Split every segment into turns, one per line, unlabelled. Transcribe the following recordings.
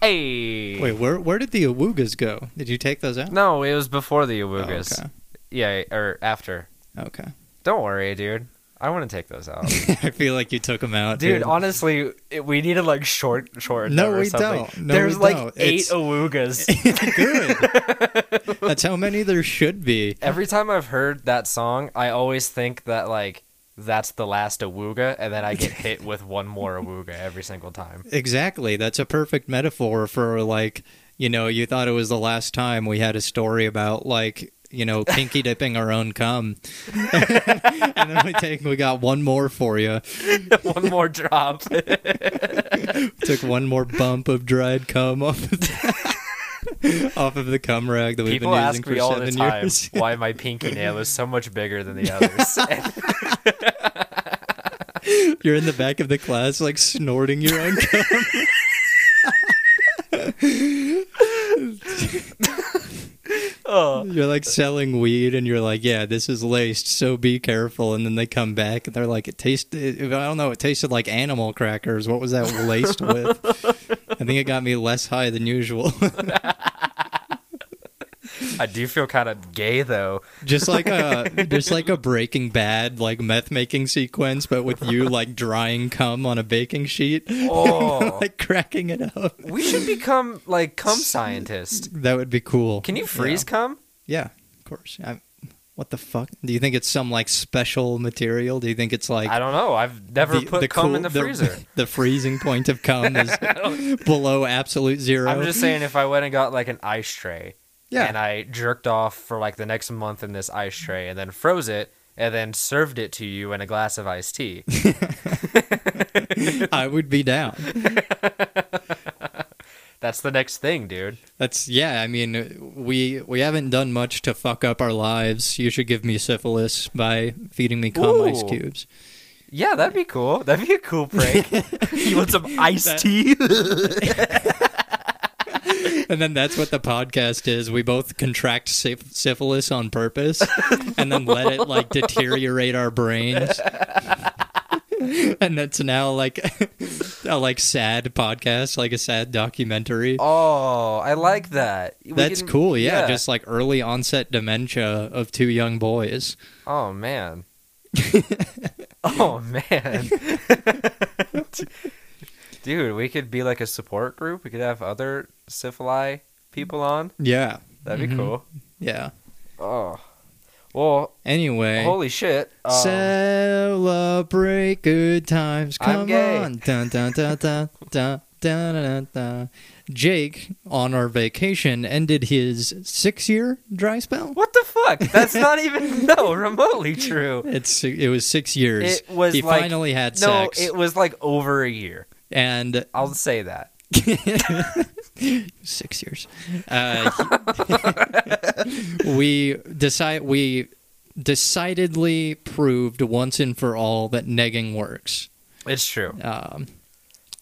Hey.
Wait, where where did the awoogas go? Did you take those out?
No, it was before the
Oh,
awoogas. Yeah, or after.
okay.
Don't worry, dude. I want to take those out.
Okay. I feel like you took them out,
Dude,
dude.
honestly, it, we need to like short, short.
No,
them or
we
something.
don't. No,
There's
we
like
don't.
eight
It's-
awoogas.
Good. That's how many there should be.
Every time I've heard that song, I always think that like that's the last awooga, and then I get hit with one more awooga every single time.
Exactly. That's a perfect metaphor for like, you know, you thought it was the last time we had a story about like, you know, pinky dipping our own cum. and then we take we got one more for you.
one more drop.
Took one more bump of dried cum off of the, off of the cum rag that we've
People
been using
ask
for
me all the
seven
time
years.
why my pinky nail is so much bigger than the others. And
You're in the back of the class like snorting your own cum.
oh,
You're like selling weed, and you're like, "Yeah, this is laced, so be careful." And then they come back, and they're like, "It tasted, I don't know, it tasted like animal crackers. What was that laced with?" I think it got me less high than usual.
I do feel kind of gay though.
just like a, just like a Breaking Bad like meth making sequence, but with you like drying cum on a baking sheet,
Oh,
like cracking it up.
we should become like cum scientists.
That would be cool.
Can you freeze
Yeah,
cum?
Yeah, of course. i what the fuck? Do you think it's some like special material? Do you think it's like
I don't know. I've never put cum
cool-
in the, freezer.
The freezing point of cum is below absolute 0
I'm just saying, if I went and got like an ice tray,
Yeah.
and I jerked off for like the next month in this ice tray, and then froze it, and then served it to you in a glass of iced tea.
I would be down.
That's the next thing, dude.
That's yeah. I mean, we we haven't done much to fuck up our lives. You should give me syphilis by feeding me cum
Ooh.
ice cubes.
Yeah, that'd be cool. That'd be a cool prank. you want some iced tea?
And then that's what the podcast is. We both contract syph- syphilis on purpose, and then let it like deteriorate our brains. and that's now like a like sad podcast, like a sad documentary.
oh, I like that. We
That's
can-
cool. Yeah, just like early onset dementia of two young boys.
Oh man. oh man. Dude, we could be like a support group. We could have other syphili people on.
Yeah,
That'd be
Mhm.
cool.
yeah.
Oh. Well,
Anyway,
holy shit. Um,
celebrate good times.
I'm
Come
gay.
on, dun dun dun dun dun. Dun, dun, dun, dun. Jake on our vacation ended his six-year dry spell.
what the fuck? That's not even no remotely true.
It's it was six years.
It was
he
like-
finally had
No,
sex,
it was like over a year.
and
I'll say that.
six years. Uh, we decide we decidedly proved once and for all that negging works.
It's true.
Um,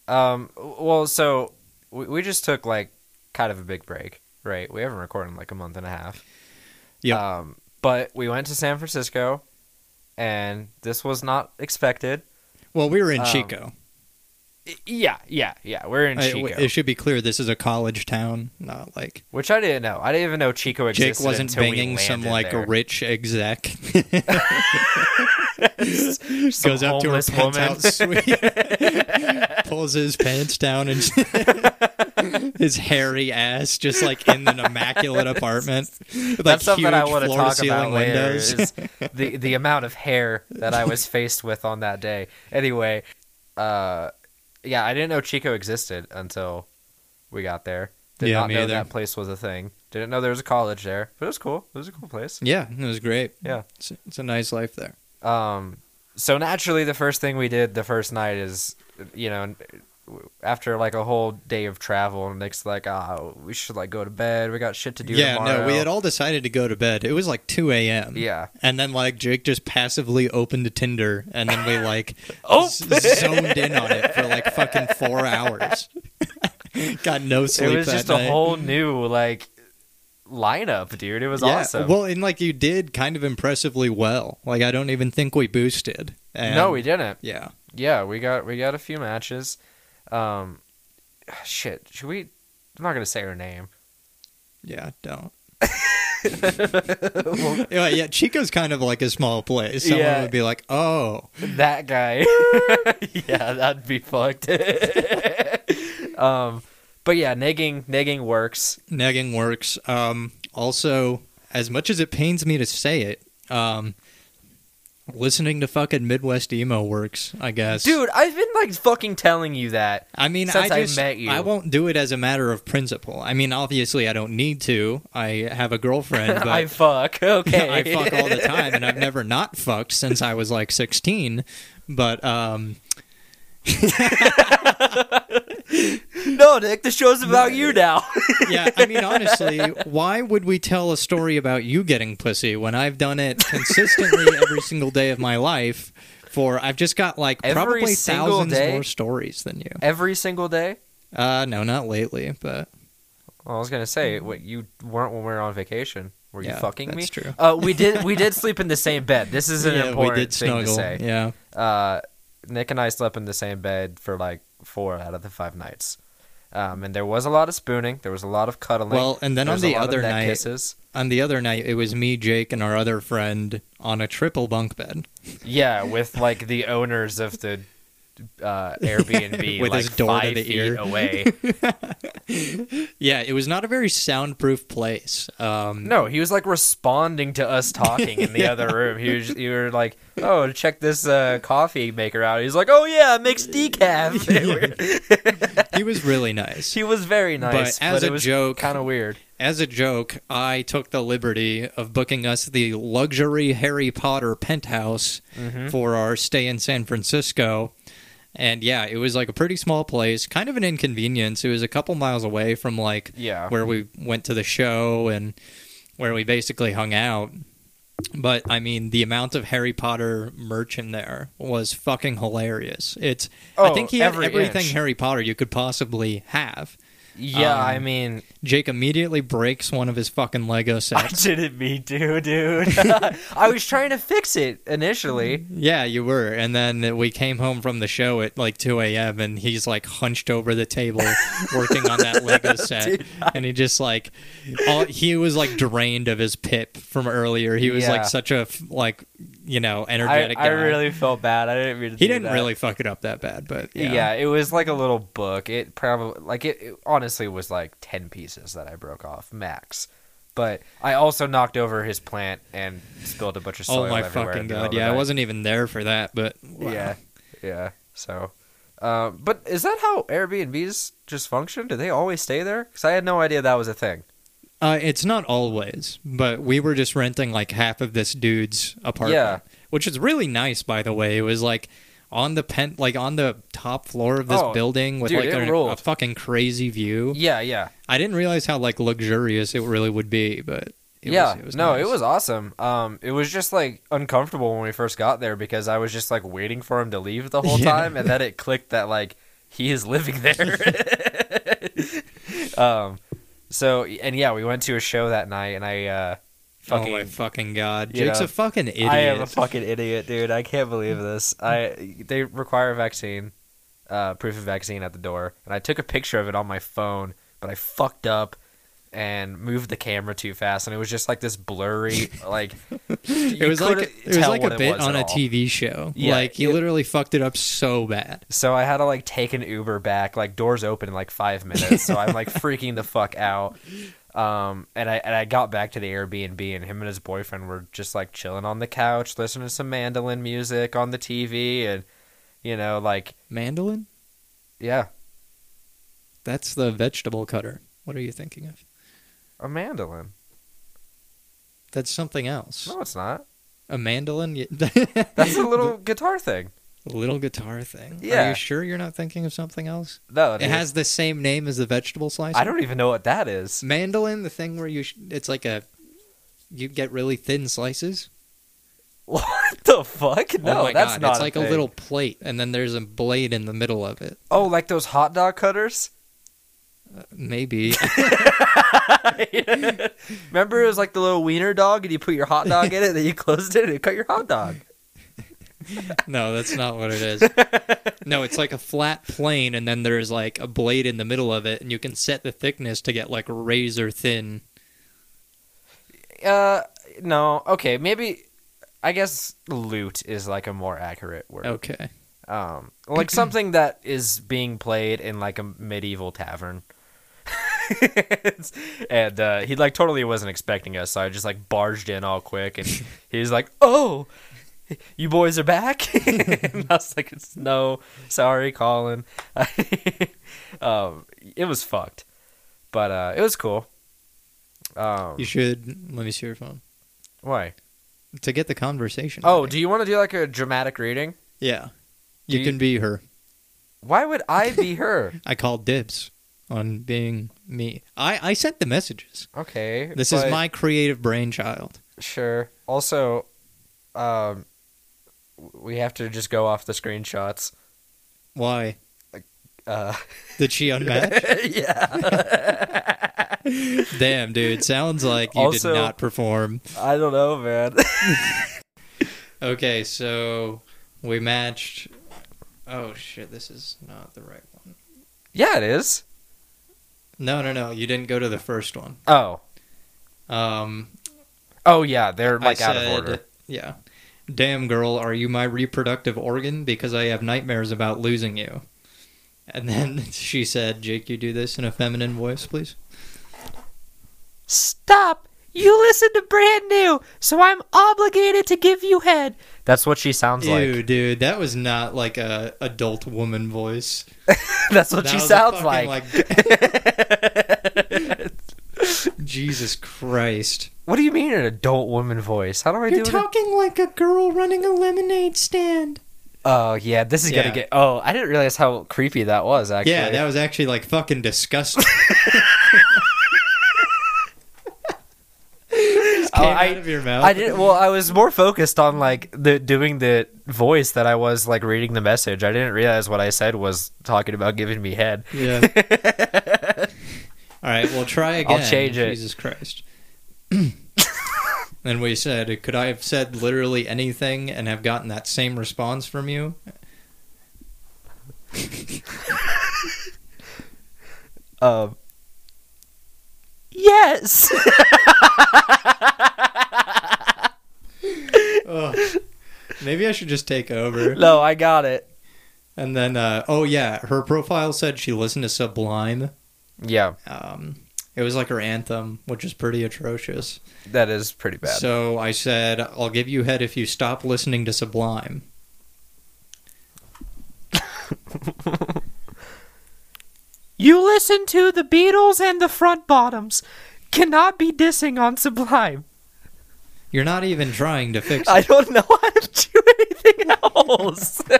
Um well, so we, we just took like kind of a big break, right? We haven't recorded in like a month and a half.
Yep.
Um, but we went to San Francisco, and this was not expected.
well, we were in
Um,
Chico.
I- yeah, yeah, yeah. We're in
I-
Chico,
it should be clear this is a college town, not like
which I didn't know. I didn't even know Chico existed.
Jake wasn't
until we
banging some
landed
like
there.
rich exec.
Some
Goes up to her
homeless woman.
penthouse suite, pulls his pants down, and his hairy ass just like in an immaculate apartment. With,
That's
like,
something I
huge
want to talk
floor-to-ceiling
about later. Is the the amount of hair that I was faced with on that day. Anyway, uh, yeah, I didn't know Chico existed until we got there. Did
Yeah,
not
me
know
either.
that place was a thing. Didn't know there was a college there, but it was cool. It was a cool place.
Yeah, it was great.
Yeah.
It's, it's a nice life there.
Um, so naturally, the first thing we did the first night is, you know, after like a whole day of travel, and Nick's like, ah, we should like go to bed. We got shit to do.
yeah,
tomorrow.
no, we had all decided to go to bed. It was like 2 a.m.
Yeah.
And then like Jake just passively opened Tinder, and then we like
Oh!
z- zoned in on it for like fucking four hours. Got no sleep.
It was
that
just
night.
a whole new like lineup, dude. It was
yeah.
awesome.
Well, and like you did kind of impressively well. Like I don't even think we boosted. And,
no, we didn't.
Yeah.
Yeah, we got we got a few matches. Um, shit, should we I'm not gonna say her name.
Yeah, don't. Anyway, yeah, Chico's kind of like a small place. Someone
Yeah.
would be like, "Oh,
That guy. yeah, that'd be fucked. um, but yeah, negging negging works.
negging works." Um, also, as much as it pains me to say it, um, listening to fucking Midwest emo works. I guess,
Dude, I've been like fucking telling you that.
I mean,
since I
I just
met you.
I won't do it as a matter of principle. I mean, obviously, I don't need to. I have a girlfriend, but
I fuck. Okay.
I fuck all the time, and I've never not fucked since I was like 16. But um,
no, Nick, the show's about you now.
yeah, I mean, honestly, why would we tell a story about you getting pussy when I've done it consistently every single day of my life? For I've just got like
Every
probably
single
thousands
day?
more stories than you.
Every single day?
Uh, no, not lately, but
Well, I was gonna say what you weren't when we were on vacation. Were
Mm. Yeah,
you fucking me?
that's true.
Uh, we did. We did sleep in the same bed. This is an
yeah, we
important
did
thing
snuggle.
to say.
Yeah,
Uh, Nick and I slept in the same bed for like four out of the five nights, um, and there was a lot of spooning. There was a lot of cuddling.
Well, and then
there
on
was
the
a lot of
other
neck
night-
kisses.
on the other night it was me, Jake, and our other friend on a triple bunk bed.
Yeah, with like the owners of the uh, Airbnb,
With
like
his door to
five
the
feet
ear.
away.
Yeah, it was not a very soundproof place. Um,
No, he was like responding to us talking in the other room. He was, you were like, "Oh, check this uh, coffee maker out." He's like, "Oh yeah, it makes decaf."
he was really nice.
he was very nice,
as
but
a
it was
joke-
kind of weird.
As a joke, I took the liberty of booking us the luxury Harry Potter penthouse
Mm-hmm.
for our stay in San Francisco. And yeah, it was like a pretty small place, kind of an inconvenience. It was a couple miles away from like
Yeah.
where we went to the show and where we basically hung out. But I mean, the amount of Harry Potter merch in there was fucking hilarious. It's I
Oh,
think he had
every
everything
inch.
Harry Potter you could possibly have.
Yeah,
Um,
I mean,
Jake immediately breaks one of his fucking Lego
I
sets.
didn't mean to, dude. I was trying to fix it initially.
yeah, you were. And then we came home from the show at like 2 a.m. and he's like hunched over the table working on that Lego set. and he just like, all, he was like drained of his pip from earlier. He was
Yeah.
like such a f- like, you know,
I,
energetic
I
guy.
really felt bad. I didn't mean to.
he
do
didn't
that.
really fuck it up that bad, but yeah.
Yeah. it was like a little book. It probably like it, it honestly was like 10 pieces that I broke off max. But I also knocked over his plant and spilled a bunch of soil
Oh my
everywhere in
fucking
the
god!
middle of
Yeah,
the
I
night.
wasn't even there for that, but wow.
Yeah. Yeah. So um, but is that how Airbnbs just function? Do they always stay there? Cuz I had no idea that was a thing.
Uh, it's not always, but we were just renting like half of this dude's apartment,
Yeah.
which is really nice, by the way. It was like on the pen, like on the top floor of this
Oh,
building with
dude,
like
it
a,
ruled.
a fucking crazy view.
Yeah, yeah.
I didn't realize how like luxurious it really would be, but it
yeah.
was, it was
no,
nice.
it was awesome. Um it was just like uncomfortable when we first got there because I was just like waiting for him to leave the whole
Yeah.
time and then it clicked that like he is living there. um so and yeah, we went to a show that night and I uh
oh
fucking
my fucking god!
you
Jake's
know,
a fucking idiot.
I am a fucking idiot, dude. I can't believe this. I they require a vaccine, uh, proof of vaccine at the door, and I took a picture of it on my phone, but I fucked up and moved the camera too fast, and it was just like this blurry, like
it was like it was like a bit on a
a TV.
TV show.
Yeah,
like he
it-
literally fucked it up so bad.
So I had to like take an Uber back. Like doors open in like five minutes. So I'm like freaking the fuck out. Um, and I and I got back to the Airbnb, and him and his boyfriend were just like chilling on the couch, listening to some mandolin music on the TV, and you know, like
Mandolin?
yeah,
That's the vegetable cutter. What are you thinking of?
a mandolin.
That's something else.
No, it's not.
A mandolin? Y-
That's a little guitar thing.
A little guitar thing. Are
Yeah.
you sure you're not thinking of something else?
No,
It has the same name as the vegetable slicer.
I don't even know what that is.
Mandolin, the thing where you sh- it's like a you get really thin slices.
What the fuck? No,
oh my
that's
god,
not.
it's like a
thing.
little plate and then there's a blade in the middle of it. Uh,
Oh, like those hot dog cutters.
Maybe.
Remember, it was like the little wiener dog, and you put your hot dog in it, then you closed it, and it cut your hot dog.
No, that's not what it is. No, it's like a flat plane, and then there's like a blade in the middle of it, and you can set the thickness to get like razor thin.
Uh, no. Okay, maybe. I guess loot is like a more accurate word.
Okay.
Um, like something that is being played in like a medieval tavern. It's- and uh, he like totally wasn't expecting us, so I just like barged in all quick, and he was like, "Oh, you boys are back." and I was like, "It's no, sorry, Colin." um, it was fucked, but uh, it was cool. Um,
You should let me see your phone
why?
to get the conversation.
Oh,
ready.
do you want to do like a dramatic reading?
yeah.
do
You
you-
can be her.
Why would I be her?
I called dibs on being me. I I sent the messages.
Okay,
This
but-
is my creative brainchild.
Sure. Also, um, we have to just go off the screenshots.
Why
Uh,
did she unmatch?
yeah.
Damn, dude. Sounds like you
Also-
did not perform.
I don't know, man.
Okay, so we matched. Oh shit, this is not the right one.
yeah, it is.
No, no, no. You didn't go to the first one.
Oh,
Um,
oh yeah, they're
I
like out of
said-
order.
Yeah. Damn girl, are you my reproductive organ? Because I have nightmares about losing you. And then she said, "Jake, you do this in a feminine voice, please."
Stop! You listen to brand new, so I'm obligated to give you head. That's what she sounds
Ew,
like.
dude, that was not like a adult woman voice.
That's what
That
she
was a
sounds
fucking,
like.
Jesus Christ.
what do you mean an adult woman voice? How do I do it?
talking like a girl running a lemonade stand.
Oh yeah, this is
Yeah.
gonna get. Oh, I didn't realize how creepy that was. Actually,
Yeah, that was actually like fucking disgusting. Just
Oh,
came
I-
out of your mouth.
I didn't. Well, I was more focused on like the doing the voice that I was like reading the message. I didn't realize what I said was talking about giving me head.
Yeah. All right, well, try
I'll
again.
change it.
Jesus Christ. and we said, could I have said literally anything and have gotten that same response from you?
Um. Yes.
Ugh. Maybe I should just take over.
no, I got it.
And then, uh, oh yeah, her profile said she listened to Sublime.
Yeah,
Um, it was like her anthem, which is pretty atrocious.
that is pretty bad.
So I said, "I'll give you head if you stop listening to Sublime."
You listen to the Beatles and the Front Bottoms. Cannot be dissing on Sublime.
You're not even trying to fix. It.
I don't know how to do anything else.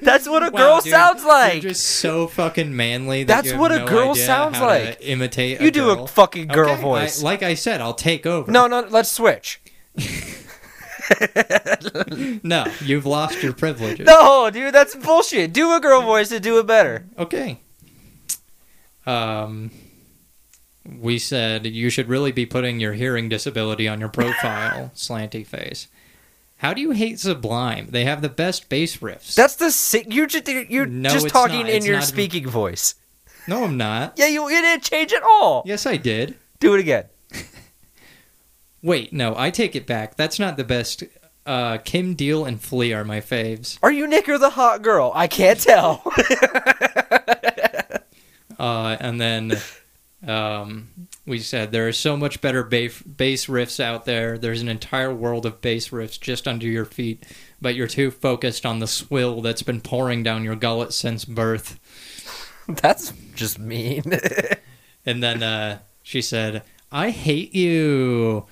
That's what a
Wow,
girl
dude,
sounds like.
You're just so fucking manly. That
That's
you have
what a
no
girl
idea
sounds
how
like.
To imitate.
You do a
girl.
fucking girl
Okay, I-
voice.
like I said, I'll take over.
no, no, let's switch.
no, you've lost your privileges.
No, dude, that's bullshit. Do a girl voice to do it better.
Okay. Um, we said you should really be putting your hearing disability on your profile, slanty face. How do you hate Sublime? They have the best bass riffs.
That's the si- you're just you're
No,
just
it's
talking
not.
in
It's
your
not even-
speaking voice.
no, I'm not.
Yeah, you it didn't change at all.
Yes, I did.
Do it again.
Wait, no, I take it back. That's not the best. Uh, Kim Deal and Flea are my faves.
Are you Nick or the hot girl? I can't tell.
Uh, and then um, we said there are so much better ba- bass riffs out there. There's an entire world of bass riffs just under your feet, but you're too focused on the swill that's been pouring down your gullet since birth.
that's just mean. that
And then uh, she said, "I hate you."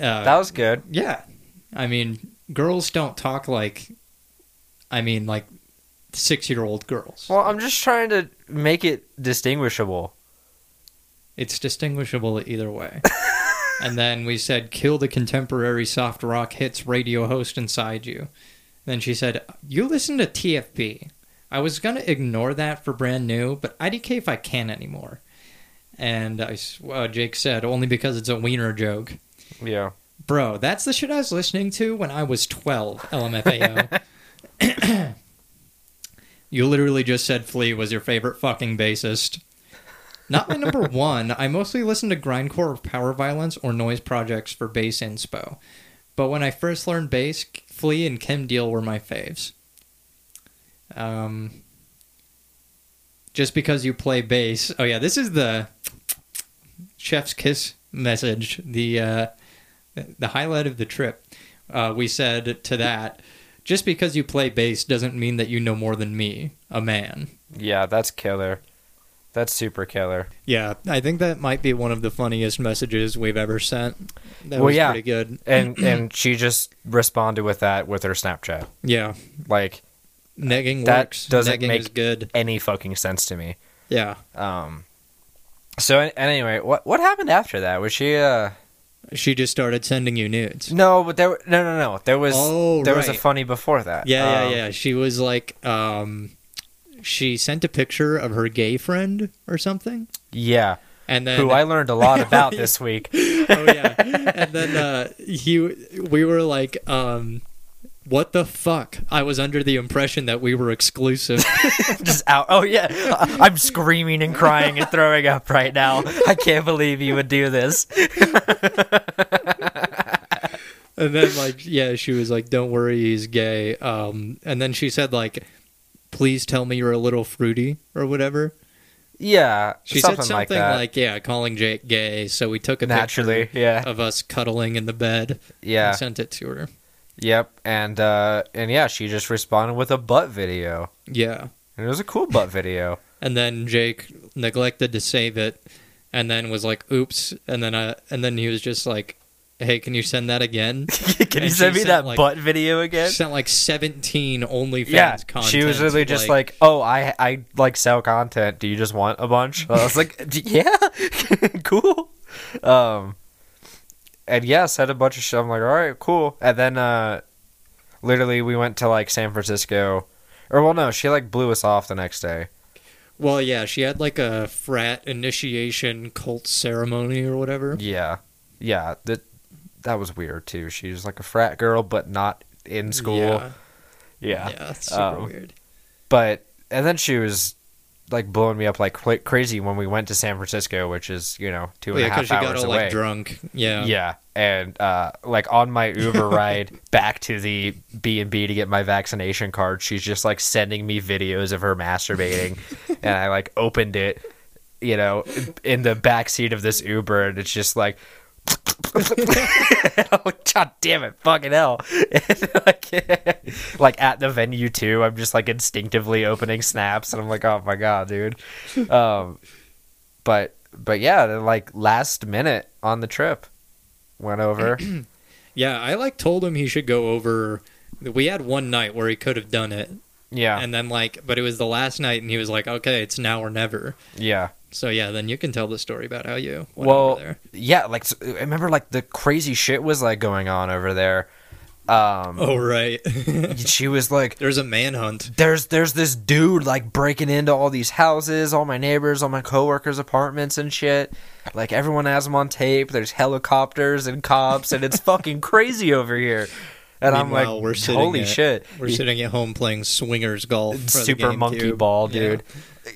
Uh,
was good.
yeah, I mean, girls don't talk like, I mean, like six-year-old girls.
Well, I'm just trying to make it distinguishable.
It's distinguishable either way. and then we said, kill the contemporary soft rock hits radio host inside you. Then she said, you listen to TFB. I was going to ignore that for brand new, but IDK if I can anymore. And I s uh, Jake said, only because it's a wiener joke.
Yeah.
Bro, that's the shit I was listening to when I was 12, LMFAO. you literally just said Flea was your favorite fucking bassist. Not my number one. I mostly listen to grindcore, power violence, or noise projects for bass inspo. But when I first learned bass, Flea and Kim Deal were my faves. Um, just because you play bass. Oh yeah, this is the chef's kiss message. The uh, the highlight of the trip. Uh, we said to that, just because you play bass doesn't mean that you know more than me, a man.
Yeah, that's killer. That's super killer.
Yeah, I think that might be one of the funniest messages we've ever sent. That
Well,
was
yeah.
pretty good.
And and she just responded with that with her Snapchat.
Yeah,
Like
negging
That
works.
doesn't
negging
make-
is good.
any fucking sense to me.
Yeah,
Um so an- anyway, what what happened after that? Was she uh
she just started sending you nudes.
No, but there no no no. There was
Oh,
there was a
right.
funny before that.
Yeah,
Um,
yeah, yeah. She was like, um, she sent a picture of her gay friend or something,
Yeah.
and then
Who I learned a lot about this week.
oh yeah, and then uh, he we were like, um, what the fuck? I was under the impression that we were exclusive.
Just out. Oh yeah. I- I'm screaming and crying and throwing up right now. I can't believe you would do this.
and then like yeah she was like don't worry he's gay um and then she said like please tell me you're a little fruity or whatever
Yeah.
she
something,
said something
like that.
yeah calling jake gay so we took a
Naturally,
picture
yeah.
of us cuddling in the bed
Yeah.
and sent it to her
Yep, and uh, and yeah, she just responded with a butt video,
yeah
and it was a cool butt video.
and then jake neglected to save it and then was like oops and then uh and then he was just like hey can you send that again
Can you
And
send
she
me
sent,
that
like-
butt video again?
sent like 17 onlyfans
Yeah,
content
she was literally just like, "Oh, I I like sell content. Do you just want a bunch?" I was like, "D- "Yeah, cool." Um, and yeah, said a bunch of shit. I'm like, "All right, cool." And then uh, literally, we went to like San Francisco, or well, no, she like blew us off the next day.
Well, yeah, she had like a frat initiation cult ceremony or whatever.
Yeah, yeah, that that was weird too. She was like a frat girl, but not in school.
Yeah,
Yeah.
yeah, it's super
Um,
weird.
But and then she was like blowing me up like cra- crazy when we went to San Francisco, which is you know two and
Yeah,
a half
because she got
hours
all
away.
like drunk. Yeah,
yeah, and uh, like on my Uber ride back to the B and B to get my vaccination card, she's just like sending me videos of her masturbating, and I like opened it, you know, in the back seat of this Uber, and it's just like. I'm like, God damn it, fucking hell! And, like, like at the venue too, I'm just like instinctively opening snaps, and I'm like, oh my god, dude. Um, but but yeah, then like last minute on the trip, went over.
yeah. I like told him he should go over. We had one night where he could have done it,
yeah,
and then like, but it was the last night, and he was like, "Okay, it's now or never."
yeah.
So yeah, then you can tell the story about how you went
well,
over there.
yeah. Like s- I remember, like the crazy shit was like going on over there. Um,
Oh right,
she was like,
there's a manhunt.
"There's there's this dude like breaking into all these houses, all my neighbors, all my coworkers' apartments and shit. Like everyone has him on tape. There's helicopters and cops, and it's fucking crazy over here." And I'm like,
Meanwhile, we're sitting
"Holy
at-
shit!"
We're sitting at home playing swingers golf. for the
super monkey
GameCube.
ball,
Yeah.
dude. Uh,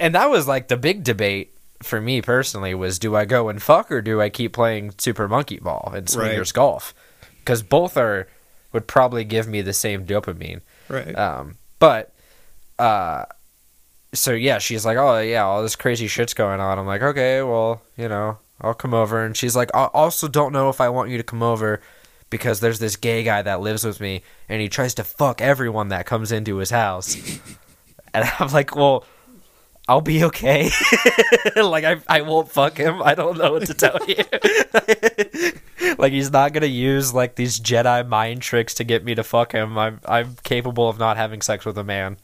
And that was like the big debate for me personally was do I go and fuck or do I keep playing super monkey ball and swingers golf? Because both are would probably give me the same dopamine.
Right.
Um, but uh, so yeah, she's like, oh yeah, all this crazy shit's going on. I'm like, okay, well, you know, I'll come over. And she's like, I also don't know if I want you to come over because there's this gay guy that lives with me and he tries to fuck everyone that comes into his house. and I'm like, well. I'll be okay. like I, I won't fuck him. I don't know what to tell you. like he's not gonna use like these Jedi mind tricks to get me to fuck him. I'm I'm capable of not having sex with a man.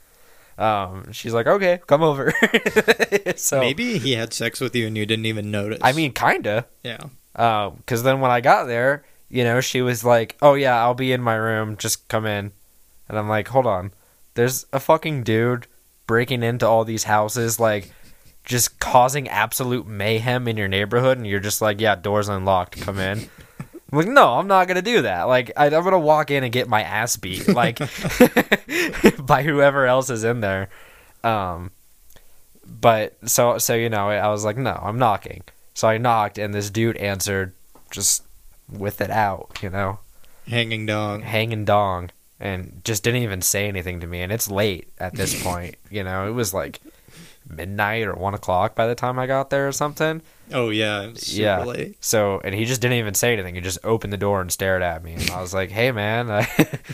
Um, she's like, okay, come over. so
Maybe he had sex with you and you didn't even notice.
I mean, kinda.
yeah.
Um, because then when I got there, you know, she was like, "Oh yeah, I'll be in my room. Just come in." And I'm like, "Hold on. There's a fucking dude breaking into all these houses, like, just causing absolute mayhem in your neighborhood, and you're just like, yeah, doors unlocked. Come in." I'm like, no, I'm not gonna do that. Like, I, I'm gonna walk in and get my ass beat, like, by whoever else is in there. Um, but so so you know, I was like, no, I'm knocking. So I knocked, and this dude answered, just with it out, you know,
Hanging dong.
hanging dong, and just didn't even say anything to me. And it's late at this point, you know. It was like midnight or one o'clock by the time I got there or something.
Oh yeah. it was Super
Yeah.
late.
So, and he just didn't even say anything. He just opened the door and stared at me. And I was like, hey, man, I,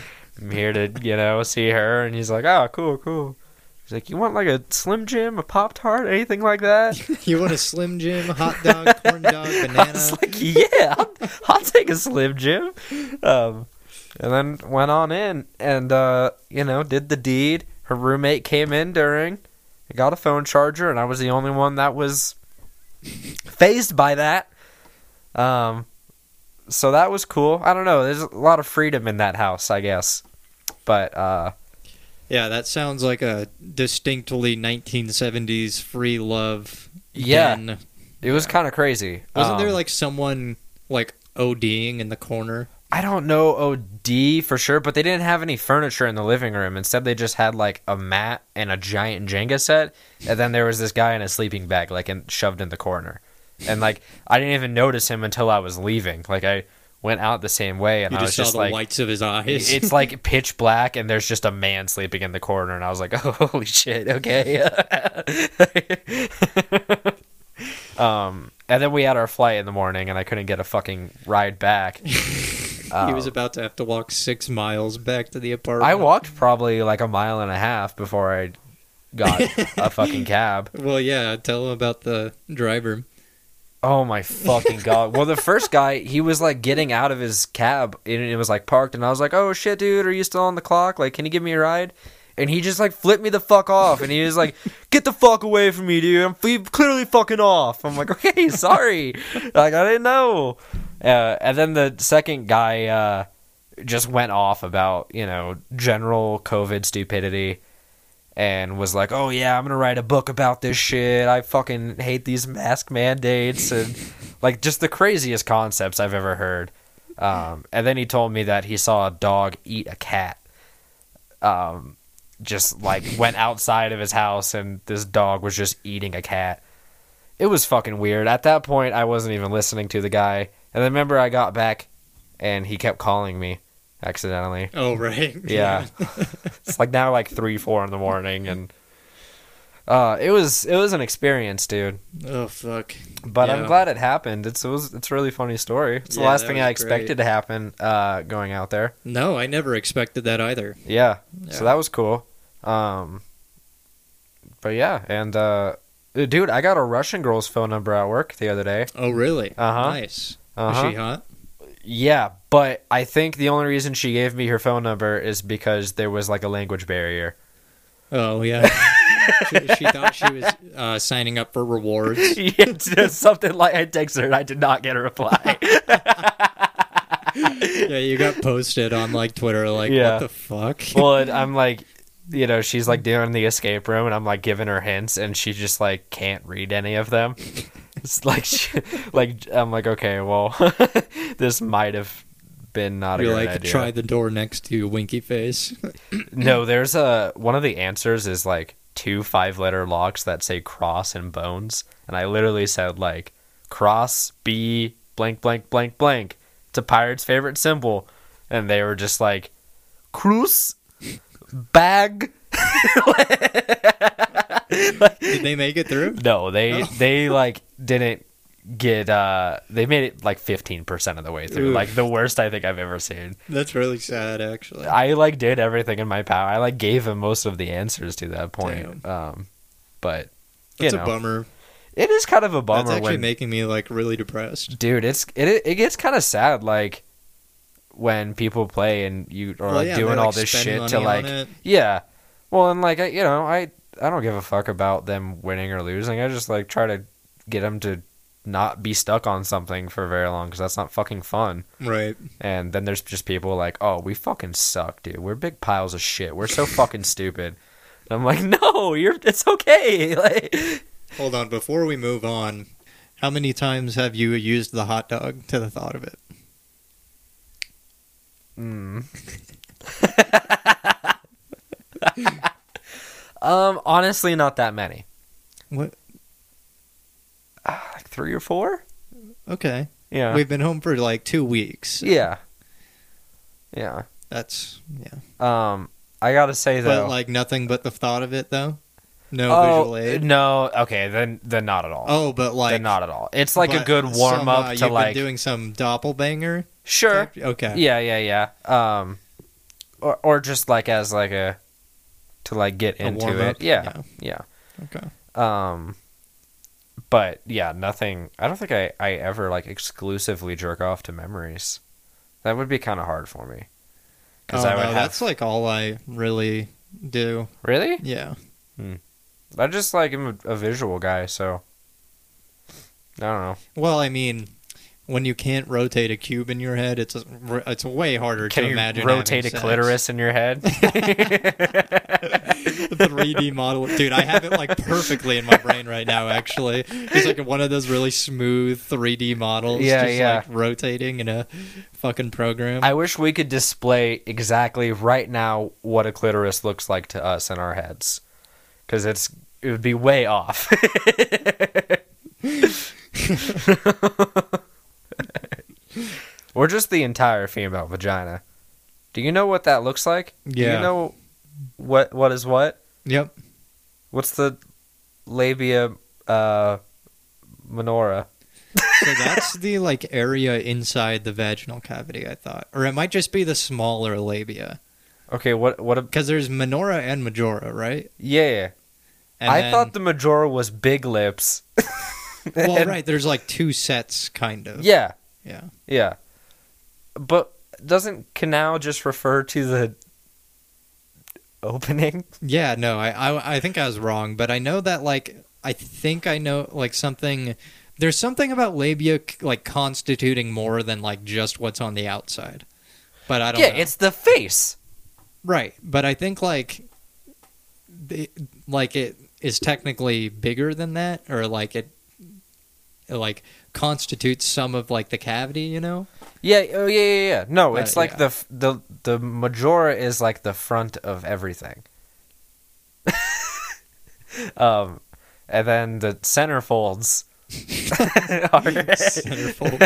I'm here to, you know, see her. And he's like, oh, cool, cool. He's like, you want like a Slim Jim, a Pop Tart, anything like that?
You want a Slim Jim, hot dog, corn dog,
I
banana?
was like, yeah, I'll, I'll take a Slim Jim. Um, and then went on in and, uh, you know, did the deed. Her roommate came in during, got a phone charger, and I was the only one that was phased by that. Um, so that was cool. I don't know. There's a lot of freedom in that house, I guess. But, uh,
Yeah, that sounds like a distinctly 1970s free love.
Yeah.
den.
it was kind of crazy.
Wasn't there
Um,
like someone like ODing in the corner?
I don't know OD for sure, but they didn't have any furniture in the living room. Instead, they just had like a mat and a giant Jenga set, and then there was this guy in a sleeping bag, like in, shoved in the corner. And like I didn't even notice him until I was leaving. Like I went out the same way, and
You
I was
just saw
just
the
like,
whites of his eyes.
it's like pitch black, and there's just a man sleeping in the corner, and I was like, oh, holy shit, okay. um, and then we had our flight in the morning, and I couldn't get a fucking ride back.
he was about to have to walk six miles back to the apartment.
Oh. I walked probably like a mile and a half before I got a fucking cab.
Well, yeah. Tell him about the driver.
Oh my fucking god! Well, the first guy, he was like getting out of his cab and it was like parked, and I was like, "Oh shit, dude, are you still on the clock? Like, can you give me a ride?" And he just like flipped me the fuck off, and he was like, "Get the fuck away from me, dude! I'm f- clearly fucking off." I'm like, "Okay, sorry, like I didn't know." Uh, and then the second guy uh, just went off about you know general COVID stupidity. and was like, "Oh yeah, I'm gonna write a book about this shit. I fucking hate these mask mandates and like just the craziest concepts I've ever heard." Um, and then he told me that he saw a dog eat a cat. Um, just like went outside of his house and this dog was just eating a cat. It was fucking weird. At that point, I wasn't even listening to the guy. And then remember, I got back and he kept calling me accidentally.
Oh, right.
Yeah. it's like now like three, four in the morning and uh it was it was an experience, dude.
Oh fuck.
But
Yeah.
I'm glad it happened. It's it was it's a really funny story. It's the
Yeah,
last
that
thing
was
I expected to happen uh going out there.
No, I never expected that either.
Yeah.
Yeah.
So that was cool. Um But yeah, and uh dude, I got a Russian girl's phone number at work the other day.
Oh, really?
Uh-huh.
Nice.
Uh-huh.
Is she hot?
Yeah, but I think the only reason she gave me her phone number is because there was like a language barrier.
Oh, yeah. she, she thought she was uh, signing up for rewards.
yeah, it's something like I texted her and I did not get a reply.
Yeah, you got posted on like Twitter. Like,
Yeah.
what the fuck?
well, and I'm like, you know, she's like doing the escape room, and I'm like giving her hints, and she just like can't read any of them. It's like, she, like I'm like, okay, well, this might have been not a
You're
good
like,
idea.
try the door next to you, winky face.
No, there's a one of the answers is like two five letter locks that say cross and bones, and I literally said like cross B blank blank blank blank. It's a pirate's favorite symbol, and they were just like cruise bag.
Did they make it through?
No,
Oh.
they they like didn't get uh they made it like 15% of the way through
Oof.
like the worst i think i've ever seen
That's really sad, actually.
I like did everything in my power. I like gave him most of the answers to that point.
Damn.
Um, but you
That's a
know,
bummer.
it is kind of a
That's
bummer
actually
when,
making me like really depressed.
dude. It's it it gets kind of sad, like when people play and you are
Well,
like
yeah, they,
doing
like,
all this
spend
shit
money
to
on
like
it.
yeah. Well, and like I, you know, I I don't give a fuck about them winning or losing. I just like try to get them to not be stuck on something for very long because that's not fucking fun.
Right.
And then there's just people like, oh, we fucking suck, dude. We're big piles of shit. We're so fucking stupid. And I'm like, no, you're. It's okay. Like,
Hold on. Before we move on, how many times have you used the hot dog to the thought of it?
mm. Um, honestly, not that many. Ah,
What?
Like three or four.
Okay.
Yeah.
We've been home for like two weeks.
yeah. Yeah.
That's yeah.
Um, I gotta say though.
But like nothing but the thought of it though. No visual
oh
aid.
no, okay, then then not at all.
Oh, but like
then not at all. It's like a
but
good warm
somehow
up
You've
to
been
like
doing some doppelbanger.
sure.
type- Okay.
Yeah, yeah, yeah. Um, or or just like as like a to like get
A
into
warm-up?
it. Yeah, yeah.
Okay.
Um, but yeah, nothing. I don't think I I ever like exclusively jerk off to memories. That would be kind of hard for me.
Oh,
Because I would
no,
have
that's like all I really do.
really.
Yeah.
I just like am a, a visual guy, so I don't know.
Well, I mean, when you can't rotate a cube in your head, it's it's way harder
Can
to
you
imagine.
rotate a
having sex.
clitoris in your head?
3D model. Dude, I have it like perfectly in my brain right now, actually. It's like one of those really smooth 3D models.
Yeah,
just
yeah.
like rotating in a fucking program.
I wish we could display exactly right now what a clitoris looks like to us in our heads, because it's it would be way off. or just the entire female vagina. Do you know what that looks like? Do
Yeah.
you know what what is what?
yep.
What's the labia uh, minora?
So that's the like area inside the vaginal cavity, I thought. Or it might just be the smaller labia.
Okay, what what? A,
Because there's minora and majora, right?
yeah,
And
I
then-
thought the majora was big lips.
Well, right. There's like two sets, kind of.
Yeah,
Yeah.
yeah. But doesn't canal just refer to the opening?
Yeah, no, I, I I think I was wrong, but I know that like I think I know like something. There's something about labia c- like constituting more than like just what's on the outside, but I don't.
Yeah,
know.
it's the face.
right, but I think like, the, like it is technically bigger than that, or like it, it like constitutes some of like the cavity, you know?
Yeah, oh yeah, yeah, yeah. No,
Right,
it's like
yeah.
the f- the the majora is like the front of everything. um, and then the centerfolds are,
Centerfold.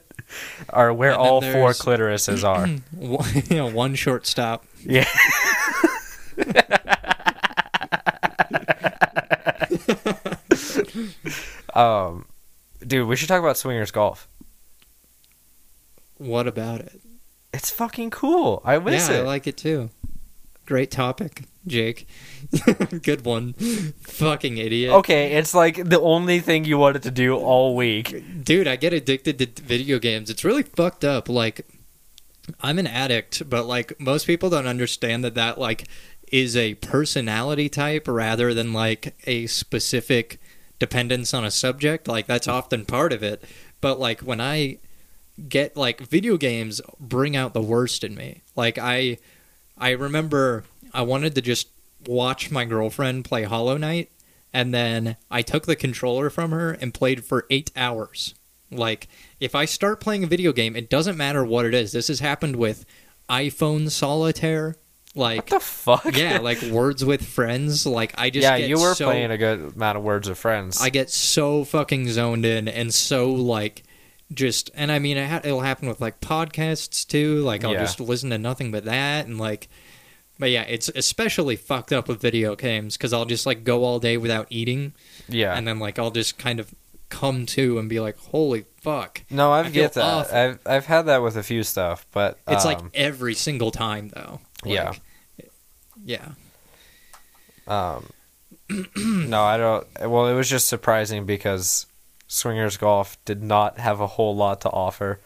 are where
And then
all four
there's-
clitorises are.
one, you know, one short stop.
Yeah. um, dude, we should talk about swingers golf.
What about it?
It's fucking cool. I miss
yeah,
it.
I like it too. Great topic, Jake. Good one. Fucking idiot.
okay, it's like the only thing you wanted to do all week.
Dude, I get addicted to d- video games. It's really fucked up. Like, I'm an addict, but like, most people don't understand that that, like, is a personality type rather than like a specific dependence on a subject. Like, that's often part of it. But like, when I get like video games bring out the worst in me. Like I I remember I wanted to just watch my girlfriend play Hollow Knight and then I took the controller from her and played for 8 hours. Like if I start playing a video game, it doesn't matter what it is. This has happened with iPhone solitaire
What
like
the fuck?
yeah, like words with friends. Like I just
yeah,
get
you were
so
playing a good amount of Words of Friends.
I get so fucking zoned in and so like just and I mean it ha- it'll happen with like podcasts too. Like I'll
Yeah.
just listen to nothing but that and like but yeah, it's especially fucked up with video games cuz I'll just like go all day without eating
yeah.
and then like I'll just kind of come to and be like holy fuck.
no, I've
I feel
get that.
awful.
I've I've had that with a few stuff, but
It's like
um,
every single time though. Like,
yeah.
Yeah.
Um, no, I don't. Well, it was just surprising because swingers golf did not have a whole lot to offer.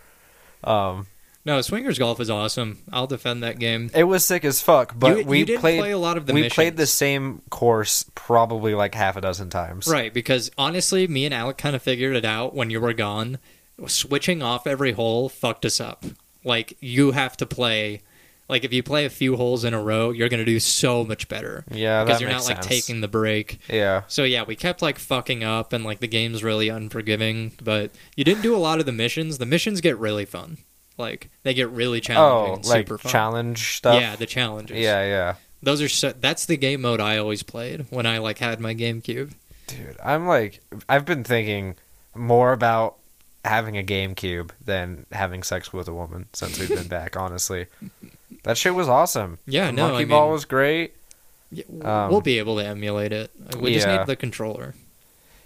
Um,
No, swingers golf is awesome. I'll defend that game.
it was sick as fuck, but
You- you
we
didn't
played
play a lot of the
we played
missions.
the same course probably like half a dozen times.
Right, because honestly, me and Alec kind of figured it out when you were gone. Switching off every hole fucked us up. Like, you have to play. Like, if you play a few holes in a row, you're going to do so much better.
Yeah, Oh, that
Because you're
makes
not, like,
sense.
taking the break.
Yeah.
So, yeah, we kept, like, fucking up, and, like, the game's really unforgiving. But you didn't do a lot of the missions. The missions get really fun. Like they get really challenging.
Oh,
and
like
super fun.
challenge stuff.
Yeah, the challenges.
yeah, yeah.
those are so, that's the game mode I always played when I like had my GameCube.
Dude, I'm like, I've been thinking more about having a GameCube than having sex with a woman since we've been back. Honestly, that shit was awesome.
Yeah,
The
no,
Monkey
I mean,
Ball was great.
yeah, w-
um,
we'll be able to emulate it. We just
yeah.
need the controller.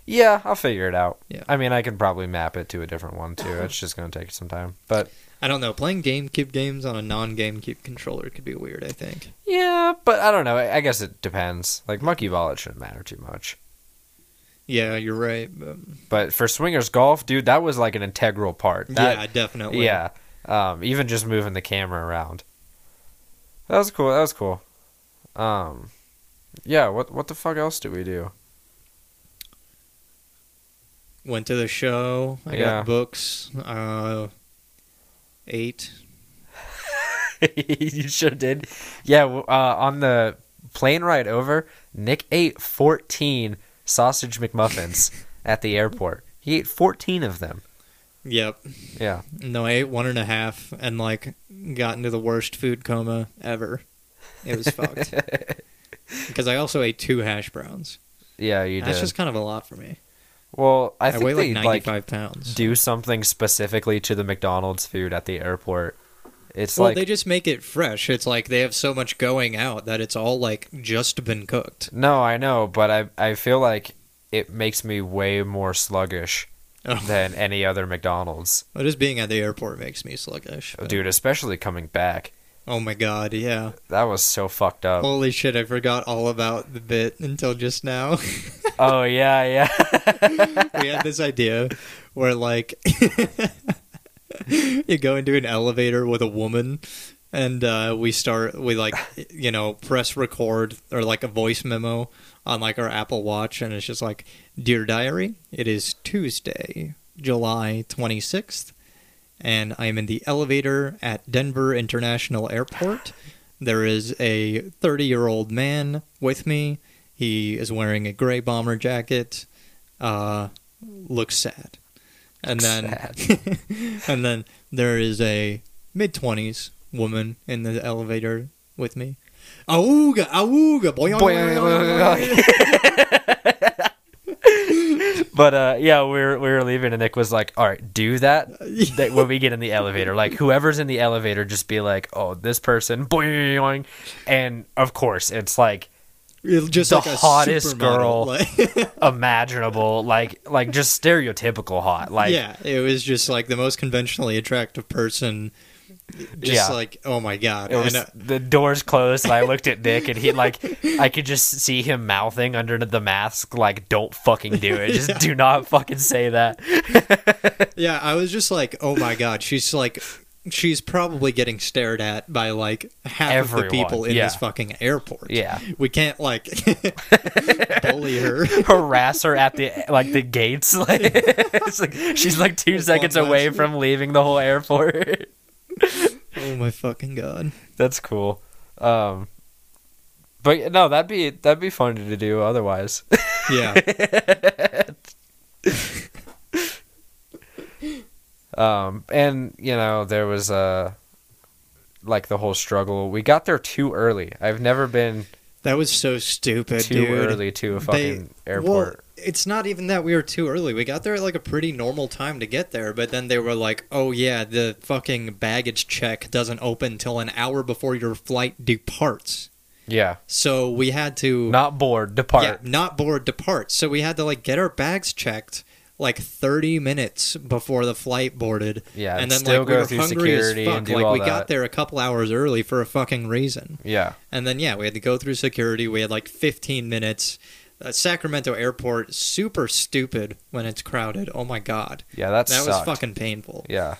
Yeah, I'll figure it out.
Yeah.
I mean, I can probably map it to a different one too. It's just gonna take some time, but
I don't know. Playing GameCube games on a non-GameCube controller could be weird. I think.
yeah, but I don't know. I I guess it depends. Like Monkey Ball, it shouldn't matter too much.
Yeah, you're right. But
But for swingers golf, dude, that was like an integral part. That,
yeah, definitely.
yeah. Um, even just moving the camera around. That was cool. That was cool. Um, yeah. What what the fuck else did we do?
Went to the show. I
Yeah.
got books. Uh, eight.
you sure did. Yeah. w- Uh, on the plane ride over, Nick ate fourteen sausage McMuffins at the airport. He ate fourteen of them.
Yep.
Yeah.
No, I ate one and a half, and like got into the worst food coma ever. It was fucked. Because I also ate two hash browns.
Yeah. You did.
That's just kind of a lot for me.
well, I
I,
think
weigh like
they like
95 pounds.
do something specifically to the McDonald's food at the airport. It's
well,
like
they just make it fresh. It's like they have so much going out that it's all like just been cooked.
no, I know, but I I feel like it makes me way more sluggish
Oh.
than any other McDonald's,
Well, Oh, just being at the airport makes me sluggish. but-
Oh, dude. Especially coming back,
Oh my god, yeah.
that was so fucked up.
Holy shit, I forgot all about the bit until just now.
oh yeah, yeah.
we had this idea where like you go into an elevator with a woman and uh, we start we like you know press record or like a voice memo on like our apple watch and it's just like dear diary it is tuesday july 26th and i am in the elevator at denver international airport there is a 30 year old man with me he is wearing a gray bomber jacket uh, looks sad. And then and then there is a mid twenties woman in the elevator with me. Auga, auga, boy.
but uh, yeah, we were we were leaving, and Nick was like, "All right, do that." that when we get in the elevator, like whoever's in the elevator, just be like, "Oh, this person," boing, and of course, it's like
Just
The
like a
hottest
supermodel,
girl.
like-
imaginable, like like just stereotypical hot, like
yeah, it was just like the most conventionally attractive person. Just
Yeah.
like, oh my god.
It was,
And, uh,
the doors closed and I looked at Nick and he like I could just see him mouthing under the mask like don't fucking do it. Just do not fucking say that.
Yeah, I was just like, oh my god, she's like, she's probably getting stared at by like half
Everyone,
of the people in
yeah.
this fucking airport.
Yeah.
we can't like bully her.
Harass her at the like the gates. Like, it's like she's like two seconds
one
away
last-
from leaving the whole airport.
Oh my fucking god!
That's cool. Um but no, that'd be that'd be fun to do otherwise.
Yeah,
Um, and you know there was uh, like the whole struggle. We got there too early. I've never been
that was so stupid,
too
dude.
early to a
They-
fucking
Well,
airport.
it's not even that we were too early. We got there at like a pretty normal time to get there, but then they were like, "Oh yeah, the fucking baggage check doesn't open till an hour before your flight departs."
yeah,
So we had to
not bored. Depart.
Yeah, not bored, depart. So we had to like get our bags checked like 30 minutes before the flight boarded.
Yeah,
and
and
then
still
like
go
we were
through
hungry as
security
fuck.
and do
like
all
we
that.
got there a couple hours early for a fucking reason.
Yeah,
And then yeah, we had to go through security. We had like 15 minutes. Uh, Sacramento Airport, super stupid when it's crowded. Oh my god,
yeah, that,
that was
sucked.
fucking painful.
Yeah.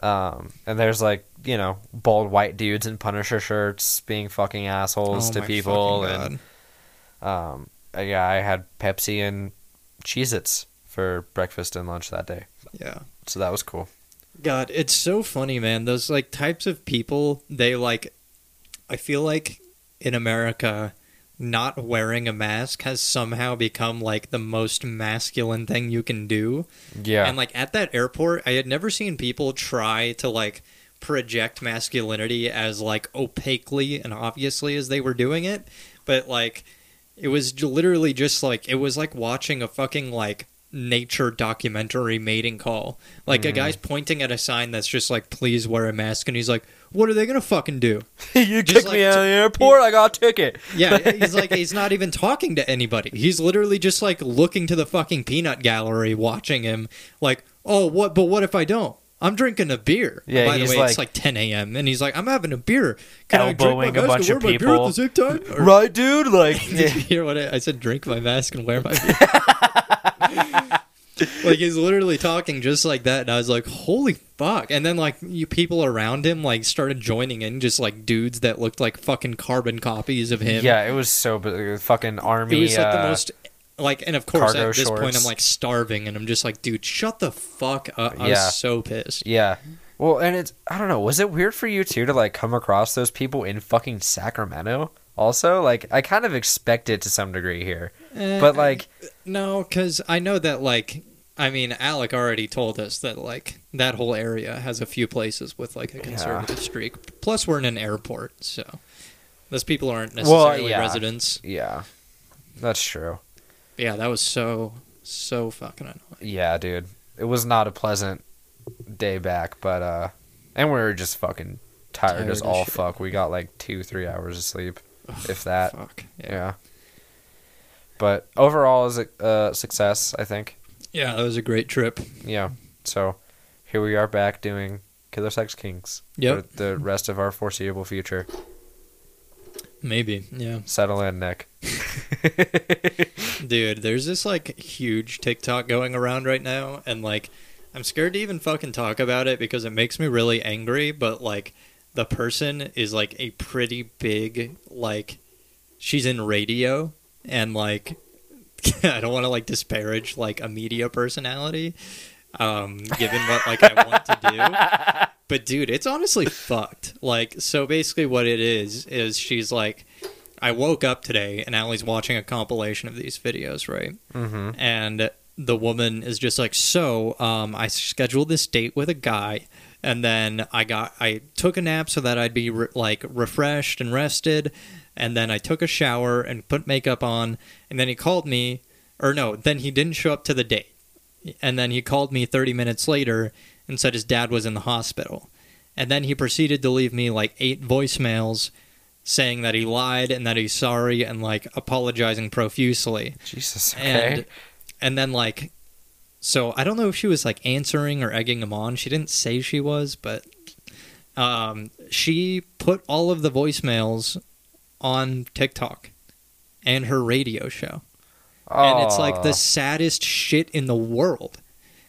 Um, and there's like you know bald white dudes in Punisher shirts being fucking assholes
Oh
to
my
people,
fucking
and
God.
um, uh, yeah, I had Pepsi and Cheez-Its for breakfast and lunch that day,
yeah.
so that was cool.
God, it's so funny, man. Those like types of people, they like I feel like in America not wearing a mask has somehow become like the most masculine thing you can do.
Yeah.
And like at that airport, I had never seen people try to like project masculinity as like opaquely and obviously as they were doing it, but like it was j- literally just like it was like watching a fucking like nature documentary mating call. Like a guy's pointing at a sign that's just like please wear a mask and he's like, "What are they going to fucking do?"
you
Just
kicked
like
me out
to-
of the airport. I got a ticket.
Yeah, he's like he's not even talking to anybody. He's literally just like looking to the fucking peanut gallery, watching him. Like, oh, what? But what if I don't? I'm drinking a beer.
Yeah,
By the
he's
way,
like-
it's like 10 a.m. and he's like, I'm having a beer. Can I
Elbowing
drink
a
my
bunch
mask and
of
wear my beer
people.
at the same time? Or-
Right, dude. Like,
Did you hear what I, I said? Drink my mask and wear my beer. like he's literally talking just like that, and I was like, "Holy fuck!" And then like you people around him like started joining in, just like dudes that looked like fucking carbon copies of him.
yeah, it was so bu- fucking army.
It was like
uh,
the most like, and of course
cargo
at this point
shorts.
I'm like starving, and I'm just like, dude, shut the fuck up. I
Yeah.
was so pissed.
Yeah. Well, and it's I don't know. Was it weird for you too to like come across those people in fucking Sacramento? Also, like I kind of expect it to some degree here,
Eh,
but like
no, because I know that like. I mean, Alec already told us that like that whole area has a few places with like a conservative streak. Plus, we're in an airport, so those people aren't necessarily
yeah.
residents.
yeah, that's true.
Yeah, that was so so fucking annoying.
Yeah, dude, it was not a pleasant day back, but uh, and we were just fucking tired,
Tired
as
as
all
shit.
fuck. We got like two, three hours of sleep, if that.
Fuck
Yeah. But overall, is a uh, success. I think.
yeah, that was a great trip.
Yeah. So here we are back doing Killer Sex Kings.
Yep.
For the rest of our foreseeable future.
Maybe, yeah.
Settle in, Nick.
Dude, there's this like huge TikTok going around right now, and like I'm scared to even fucking talk about it because it makes me really angry. But like the person is like a pretty big like she's in radio, and like I don't want to like disparage like a media personality, um, given what like I want to do. But dude, it's honestly fucked. Like, so basically, what it is is she's like, I woke up today and Allie's watching a compilation of these videos, right?
Mm-hmm.
And the woman is just like, so um, I scheduled this date with a guy, and then I got I took a nap so that I'd be re- like refreshed and rested, and then I took a shower and put makeup on, and then he called me, or no, then he didn't show up to the date, and then he called me 30 minutes later and said his dad was in the hospital, and then he proceeded to leave me like eight voicemails. Saying that he lied and that he's sorry and like apologizing profusely
Jesus. Okay.
and and then like so i don't know if she was like answering or egging him on she didn't say she was but um she put all of the voicemails on tiktok and her radio show and it's like the saddest shit in the world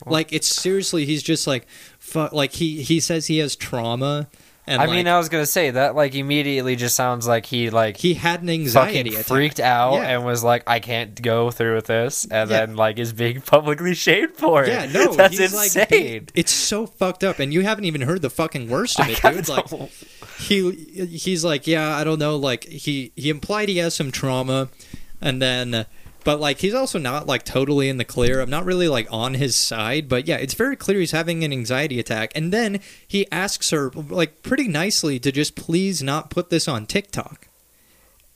like it's seriously he's just like fu- like he he says he has trauma and
I
like,
mean, uh, I was gonna say that like immediately just sounds like he like
he had an anxiety
fucking
attack
freaked out
Yeah.
and was like, I can't go through with this, and
Yeah.
then like is being publicly shamed for it.
Yeah, no,
that's
he's like,
insane.
dude, it's so fucked up, and you haven't even heard the fucking worst of it,
I
dude. Like
don't-
he he's like, yeah, I don't know, like he he implied he has some trauma, and then. But like he's also not like totally in the clear. I'm not really like on his side, but yeah, it's very clear he's having an anxiety attack. And then he asks her like pretty nicely to just please not put this on TikTok.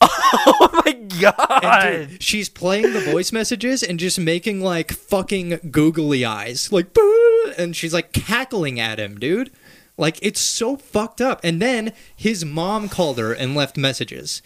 oh my
And
god.
dude, she's playing the voice messages and just making like fucking googly eyes, like, "Boo!" and she's like cackling at him, dude. Like it's so fucked up. And then his mom called her and left messages.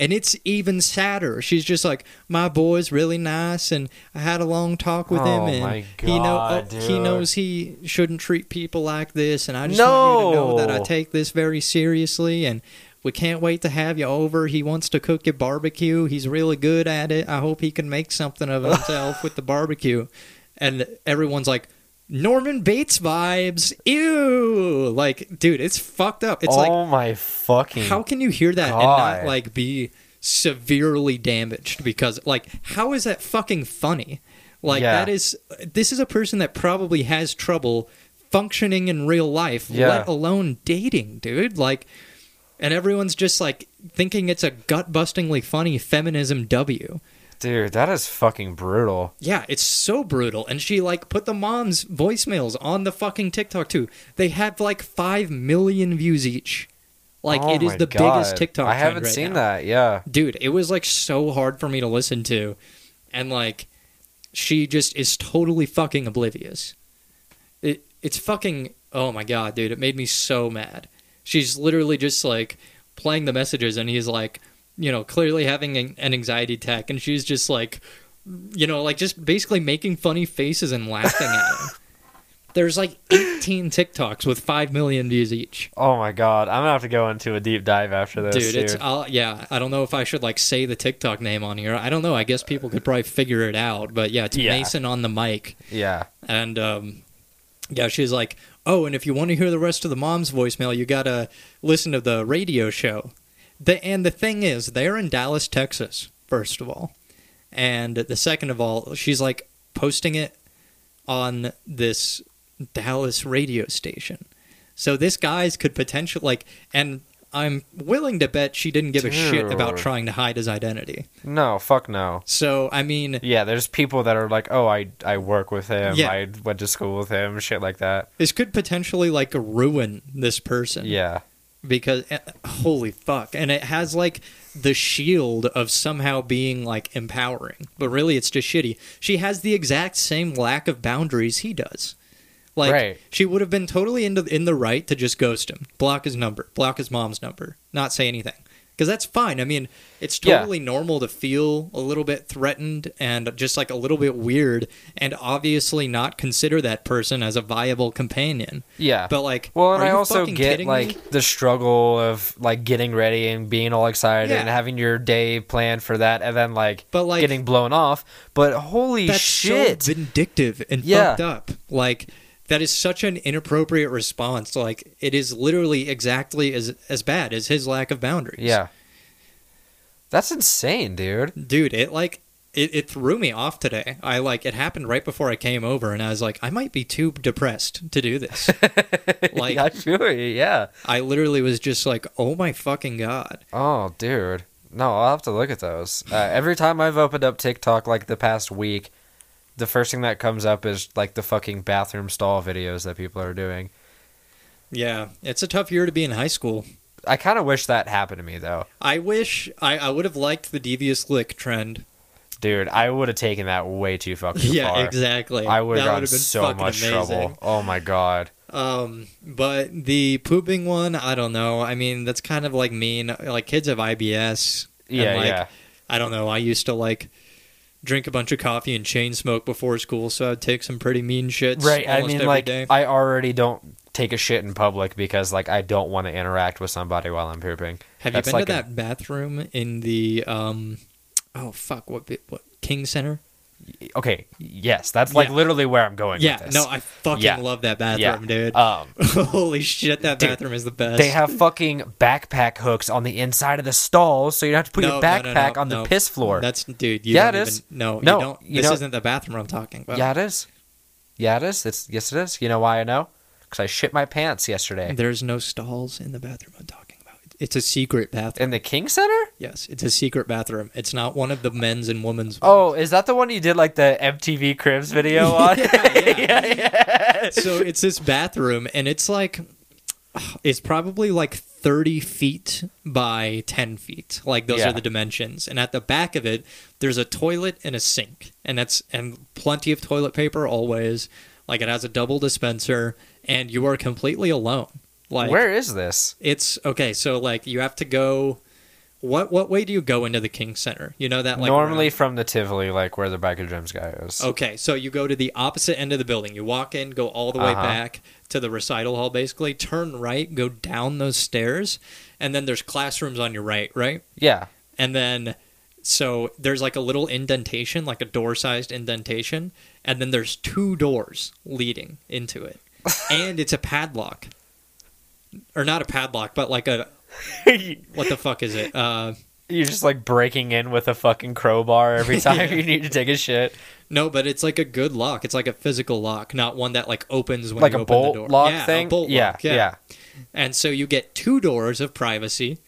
And it's even sadder. She's just like, "My boy's really nice, and I had a long talk with him,
Oh
and
my
he know
God,
oh, he
dude.
knows he shouldn't treat people like this, and I just want you to know that I
No.
take this very seriously and we can't wait to have you over. He wants to cook your barbecue. He's really good at it. I hope he can make something of himself with the barbecue. And everyone's like, Norman Bates vibes. Ew. Like, dude, it's fucked up. It's
oh
like,
my fucking.
how can you hear that and
God.
not, like, be severely damaged? Because, like, how is that fucking funny? Like,
Yeah.
that is, this is a person that probably has trouble functioning in real life,
Yeah.
let alone dating, dude. Like, And everyone's just like thinking it's a gut bustingly funny feminism W.
Dude, that is fucking brutal.
Yeah, it's so brutal. And she like put the mom's voicemails on the fucking TikTok too. They have like five million views each. Like
Oh
it is
my
the
God.
biggest TikTok.
I
trend
haven't
right
seen
now.
that. Yeah.
dude it was like so hard for me to listen to and like she just is totally fucking oblivious it it's fucking oh my god dude it made me so mad she's literally just like playing the messages and he's like you know clearly having an an anxiety attack and she's just like you know like just basically making funny faces and laughing at him there's like 18 tiktoks with 5 million views each
Oh my god, I'm gonna have to go into a deep dive after this,
dude, it's i yeah. I don't know if I should like say the TikTok name on here. I don't know. I guess people could probably figure it out. But yeah, it's
Yeah.
Mason on the mic,
yeah.
and um, yeah, she's like, oh, and if you want to hear the rest of the mom's voicemail, you gotta listen to the radio show. The and the thing is, they're in Dallas, Texas. First of all, and the second of all, she's like posting it on this Dallas radio station. So this guy's could potentially like, and I'm willing to bet she didn't give a shit about
Dude.
trying to hide his identity.
No, fuck no.
So I mean,
Yeah, there's people that are like, oh, I I work with him.
Yeah.
I went to school with him. Shit like that.
this could potentially like ruin this person.
Yeah.
because eh, holy fuck and it has like the shield of somehow being like empowering but really it's just shitty she has the exact same lack of boundaries he does like
Right.
she would have been totally into in the right to just ghost him block his number block his mom's number not say anything because that's fine i mean it's
Yeah.
totally normal to feel a little bit threatened and just like a little bit weird and obviously not consider that person as a viable companion
Yeah.
but like
well, and
are
I
you
also
fucking
get
kidding me?
like the struggle of like getting ready and being all excited
Yeah.
and having your day planned for that, and then like,
But, like-
getting blown off. But holy
that's
shit!
so vindictive and
Yeah.
fucked up. Like that is such an inappropriate response. Like it is literally exactly as as bad as his lack of boundaries.
yeah. That's insane, dude.
dude, it like it, it threw me off today. I like it happened right before I came over, and I was like, I might be too depressed to do this. like
I feel you. Yeah.
I literally was just like, oh my fucking god.
Oh, dude. No, I'll have to look at those. Uh, every time I've opened up TikTok, like the past week, the first thing that comes up is like the fucking bathroom stall videos that people are doing.
Yeah, it's a tough year to be in high school.
I kind of wish that happened to me, though.
I wish I, I would have liked the devious lick trend.
Dude, I would have taken that way too fucking
yeah,
far.
exactly.
I would
That
have gotten
would've been
so
fucking
much
amazing.
trouble. Oh my god.
Um, but the pooping one, I don't know. I mean, that's kind of like mean. Like kids have IBS. and,
Yeah,
like,
yeah.
I don't know. I used to like drink a bunch of coffee and chain smoke before school, so I'd take some pretty mean shits.
Right. I
almost
mean,
every
like,
day.
I already don't take a shit in public because, like, I don't want to interact with somebody while I'm pooping.
have you
that's
been
like
to
a-
that bathroom in the um? Oh fuck! What bit- what King Center?
Okay. Yes, that's like
Yeah.
literally where I'm going.
Yeah,
With this.
no, I fucking
Yeah.
love that
yeah,
bathroom, dude.
Um,
Holy shit, that
Dude,
bathroom is the best.
They have fucking backpack hooks on the inside of the stalls, so you don't have to put your backpack on the
no.
piss floor.
That's dude. You
Yeah,
don't
it
even-
is. No,
no, you don't.
you
this
don't-
isn't the bathroom I'm talking about.
yeah, it is. Yeah, it is. It's yes, it is. You know why I know? Because I shit my pants yesterday
There's no stalls in the bathroom I'm talking about. It's a secret bathroom.
in the King Center.
Yes, it's a secret bathroom. It's not one of the men's and women's.
Oh, is that the one you did like the MTV Cribs video on?
so it's this bathroom, and it's like, it's probably like 30 feet by 10 feet. Like those
Yeah.
are the dimensions. And at the back of it, there's a toilet and a sink, and that's and plenty of toilet paper always. Like it has a double dispenser, and you are completely alone. Like
Where is this?
it's okay. So like you have to go. What what way do you go into the King Center? You know that like Oh.
Normally
round-
from the Tivoli, like where the Biker Gyms guy is.
Okay, so you go to the opposite end of the building. You walk in, go all the way
Uh-huh.
back to the recital hall, basically. Turn right, go down those stairs, and then there's classrooms on your right, right?
Yeah.
And then so there's like a little indentation, like a door-sized indentation, and then there's two doors leading into it, and it's a padlock, or not a padlock, but like a what the fuck is it? Uh,
You're just like breaking in with a fucking crowbar every time you need to take a shit.
no, but it's like a good lock. It's like a physical lock, not one that like opens when
Like
you
a
open the
bolt
door.
lock
yeah,
thing?
A bolt
yeah,
lock,
yeah.
And so you get two doors of privacy,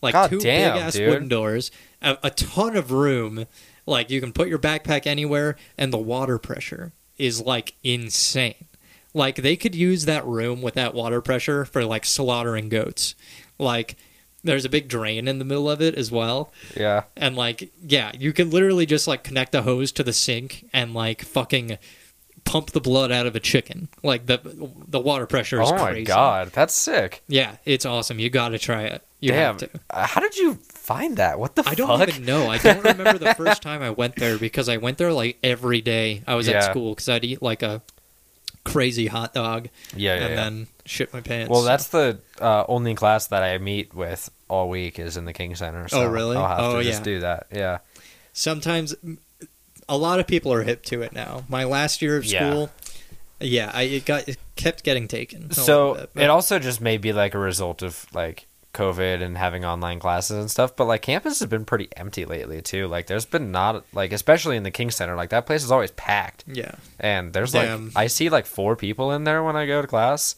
like
God
two
damn,
big ass
dude.
wooden doors, a, a ton of room. Like you can put your backpack anywhere, and the water pressure is like insane. Like they could use that room with that water pressure for like slaughtering goats. Like there's a big drain in the middle of it as well.
Yeah.
And like, yeah, you can literally just like connect the hose to the sink and like fucking pump the blood out of a chicken. Like the the water pressure is
Oh my
crazy.
god, that's sick.
Yeah, it's awesome. You got to try it. You
Damn.
have to.
Uh, How did you find that? What the fuck?
I don't even know. I don't remember the first time I went there because I went there like every day. I was at
Yeah.
school because I'd eat like a crazy hot dog
Yeah, yeah.
and
yeah.
then shit my pants.
well, that's the uh, only class that I meet with all week is in the King Center. So
really?
I'll have
Oh,
to just
yeah.
do that. Yeah.
sometimes a lot of people are hip to it now. My last year of
Yeah.
school, yeah, I it got it kept getting taken. a little
so
bit, but-
it also just may be like a result of like covid and having online classes and stuff but like campus has been pretty empty lately too like there's been not like especially in the king center like that place is always packed
yeah,
and there's
Mm. Damn.
like i see like four people in there when i go to class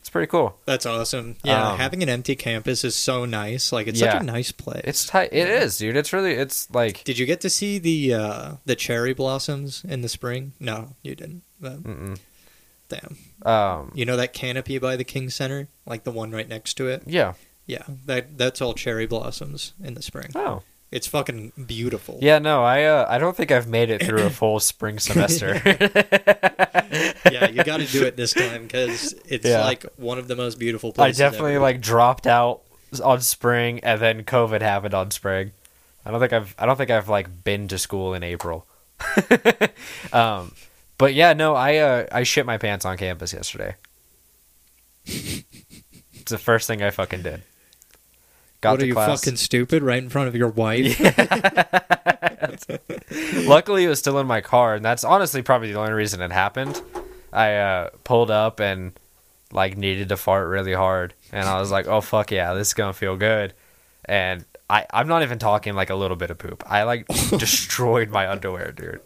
it's pretty cool
that's awesome. Yeah,
Um,
having an empty campus is so nice. Like it's
Yeah.
such a nice place.
it's tight It is, dude it's really it's like
Did you get to see the uh, the cherry blossoms in the spring? No, you didn't. But,
mm-mm.
damn,
um
you know that canopy by the King Center, like the one right next to it.
yeah
Yeah, that that's all cherry blossoms in the spring.
oh
It's fucking beautiful.
yeah no i uh, i don't think i've made it through a full spring semester
yeah, you got to do it this time because it's
Yeah.
like one of the most beautiful
I
places.
definitely
ever.
like dropped out on spring, and then COVID happened on spring. I don't think I've I don't think I've like been to school in April. um, but yeah, no, I uh, I shit my pants on campus yesterday. it's the first thing I fucking did. Got
What
to
are you
class.
fucking stupid right in front of your wife?
Luckily, it was still in my car, and that's honestly probably the only reason it happened. I uh, pulled up and like needed to fart really hard, and I was like, "Oh fuck yeah, this is gonna feel good." And I, I'm not even talking like a little bit of poop. I like destroyed my underwear, dude.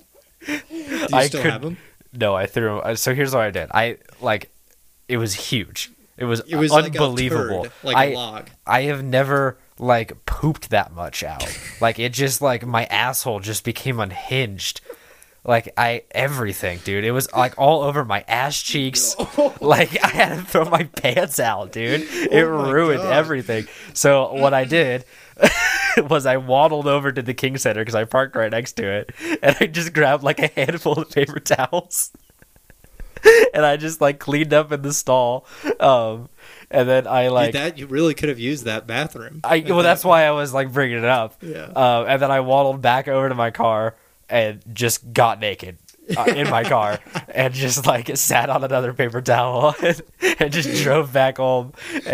Do you
I
still
could-
have them?
No, I threw. uh, So here's what I did. I like, it was huge. It was
It was
unbelievable.
like a, turd, like
I-
a log.
I have never like pooped that much out. Like it just like my asshole just became unhinged. Like I everything, dude. It was like all over my ass cheeks.
Oh
Like I had to throw my pants out, dude. It
Oh my
ruined
God.
everything. So what I did was I waddled over to the King Center because I parked right next to it, and I just grabbed like a handful of paper towels and I just like cleaned up in the stall. Um, and then I like
Dude, that you really could have used that bathroom.
I well, that's why I was like bringing it up.
Yeah.
Uh, and then I waddled back over to my car and just got naked uh, in my car and just like sat on another paper towel and, and just drove back home.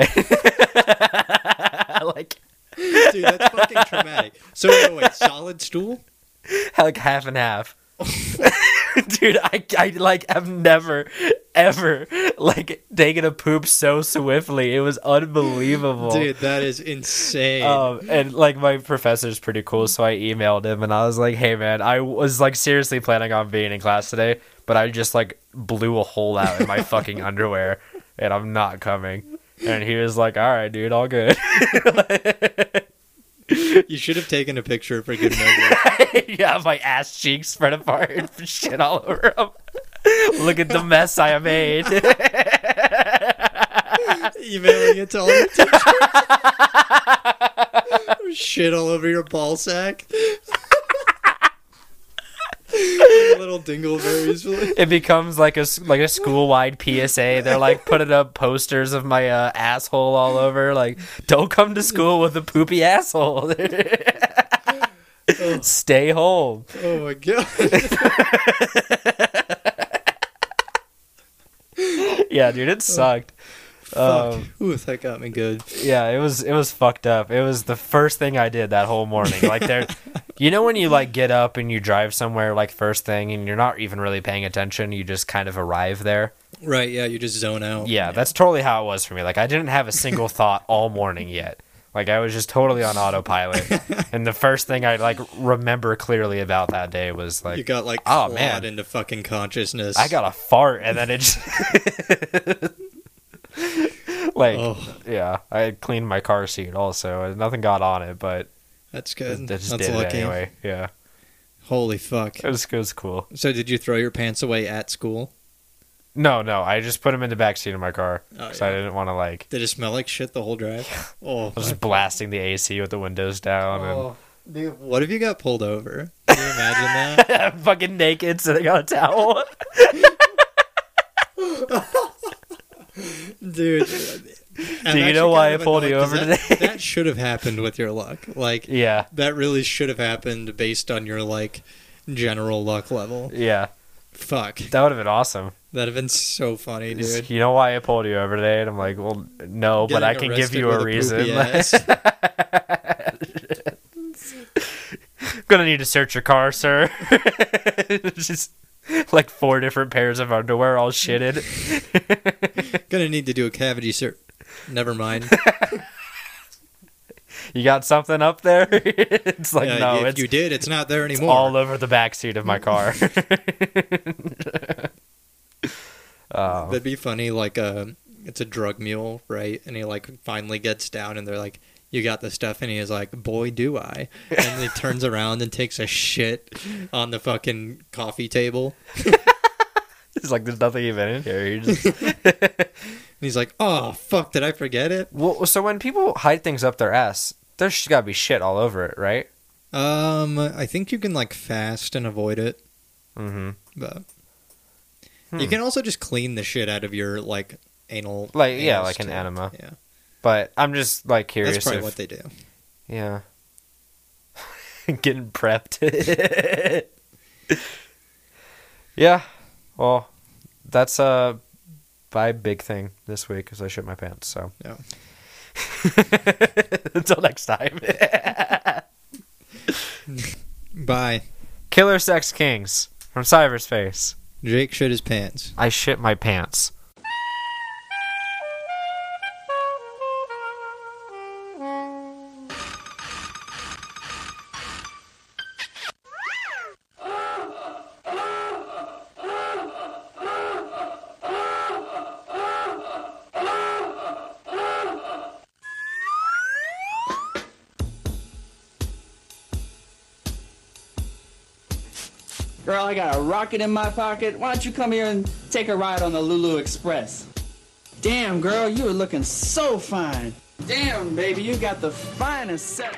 And like
dude, that's fucking traumatic. So wait, wait, solid stool?
like half and half. Dude, I, I like I've never ever like taken a poop so swiftly. It was unbelievable.
Dude, that is insane.
Um, and like my professor's pretty cool, so I emailed him and I was like, "Hey man, I was like seriously planning on being in class today, but I just like blew a hole out in my fucking underwear, and I'm not coming." And he was like, "All right, dude, all good."
you should have taken a picture for good measure.
yeah, my ass cheeks spread apart, and shit all over him. Look at the mess I made.
Emailing it to all the teachers. Shit all over your ball sack. Little dingleberries.
it becomes like a s- like a school wide PSA. They're like putting up posters of my uh, asshole all over. Like, don't come to school with a poopy asshole. Stay home.
Oh my god.
Yeah, dude, it sucked.
Fuck.
Um,
Ooh, that got me good.
Yeah, it was it was fucked up. It was the first thing I did that whole morning. Like there, you know when you like get up and you drive somewhere like first thing and you're not even really paying attention. You just kind of arrive there.
Right, yeah, you just zone out.
Yeah, that's totally how it was for me. Like I didn't have a single thought all morning yet. Like I was just totally on autopilot. and the first thing I like remember clearly about that day was
You
like
got like
Oh,
clawed
man.
into fucking consciousness.
I got a fart and then it just Like,
Oh.
yeah, I had cleaned my car seat also. and Nothing got on it, but
That's
I
good.
just
That's
did it
lucky.
anyway. Yeah,
Holy fuck.
it was it was cool.
So did you throw your pants away at school?
No, no, I just put them in the back seat of my car
Oh,
because I
yeah.
didn't want to like.
Did it smell like shit the whole drive? Oh,
I was
my-
just blasting the AC with the windows down
oh, dude, what if you got pulled over? Can you imagine that?
and fucking naked, sitting on a towel.
Dude.
Do you know why I pulled you over today?
That, that should have happened with your luck. Like
yeah,
that really should have happened based on your like general luck level.
yeah,
Fuck.
that would have been awesome.
That'd have been so funny, dude.
You know why I pulled you over today? And I'm like, well, no, but I
Getting
can give
arrested
you
with
a reason.
poopy ass.
gonna need to search your car, sir. just like four different pairs of underwear all shitted.
Gonna need to do a cavity search. Never mind.
You got something up there? it's like
Uh,
no,
if
it's
you did, it's not there anymore.
all over the back seat of my car. Oh,
That'd be funny. Like, uh, it's a drug mule, right? And he like finally gets down, and they're like, "You got the stuff," and he is like, "Boy, do I!" And he turns around and takes a shit on the fucking coffee table,
it's like there's nothing even in here. You just-
and he's like, "Oh fuck, did I forget it?"
well, so when people hide things up their ass, there's got to be shit all over it, right?
Um, I think you can like fast and avoid it,
Mm-hmm.
but
Hmm.
you can also just clean the shit out of your like anal,
Like, yeah,
anus
like an
too.
enema.
Yeah,
But I'm just like curious.
that's probably
if-
what they do.
Yeah. Getting prepped. yeah. Well, that's uh my big thing this week because I shit my pants. So
Yeah.
until next time,
Bye.
Killer Sex Kings from cyberspace.
Jake shit his pants.
I shit my pants.
Girl, I got a rocket in my pocket. Why don't you come here and take a ride on the Lulu Express? Damn, girl, you are looking so fine. Damn, baby, you got the finest set.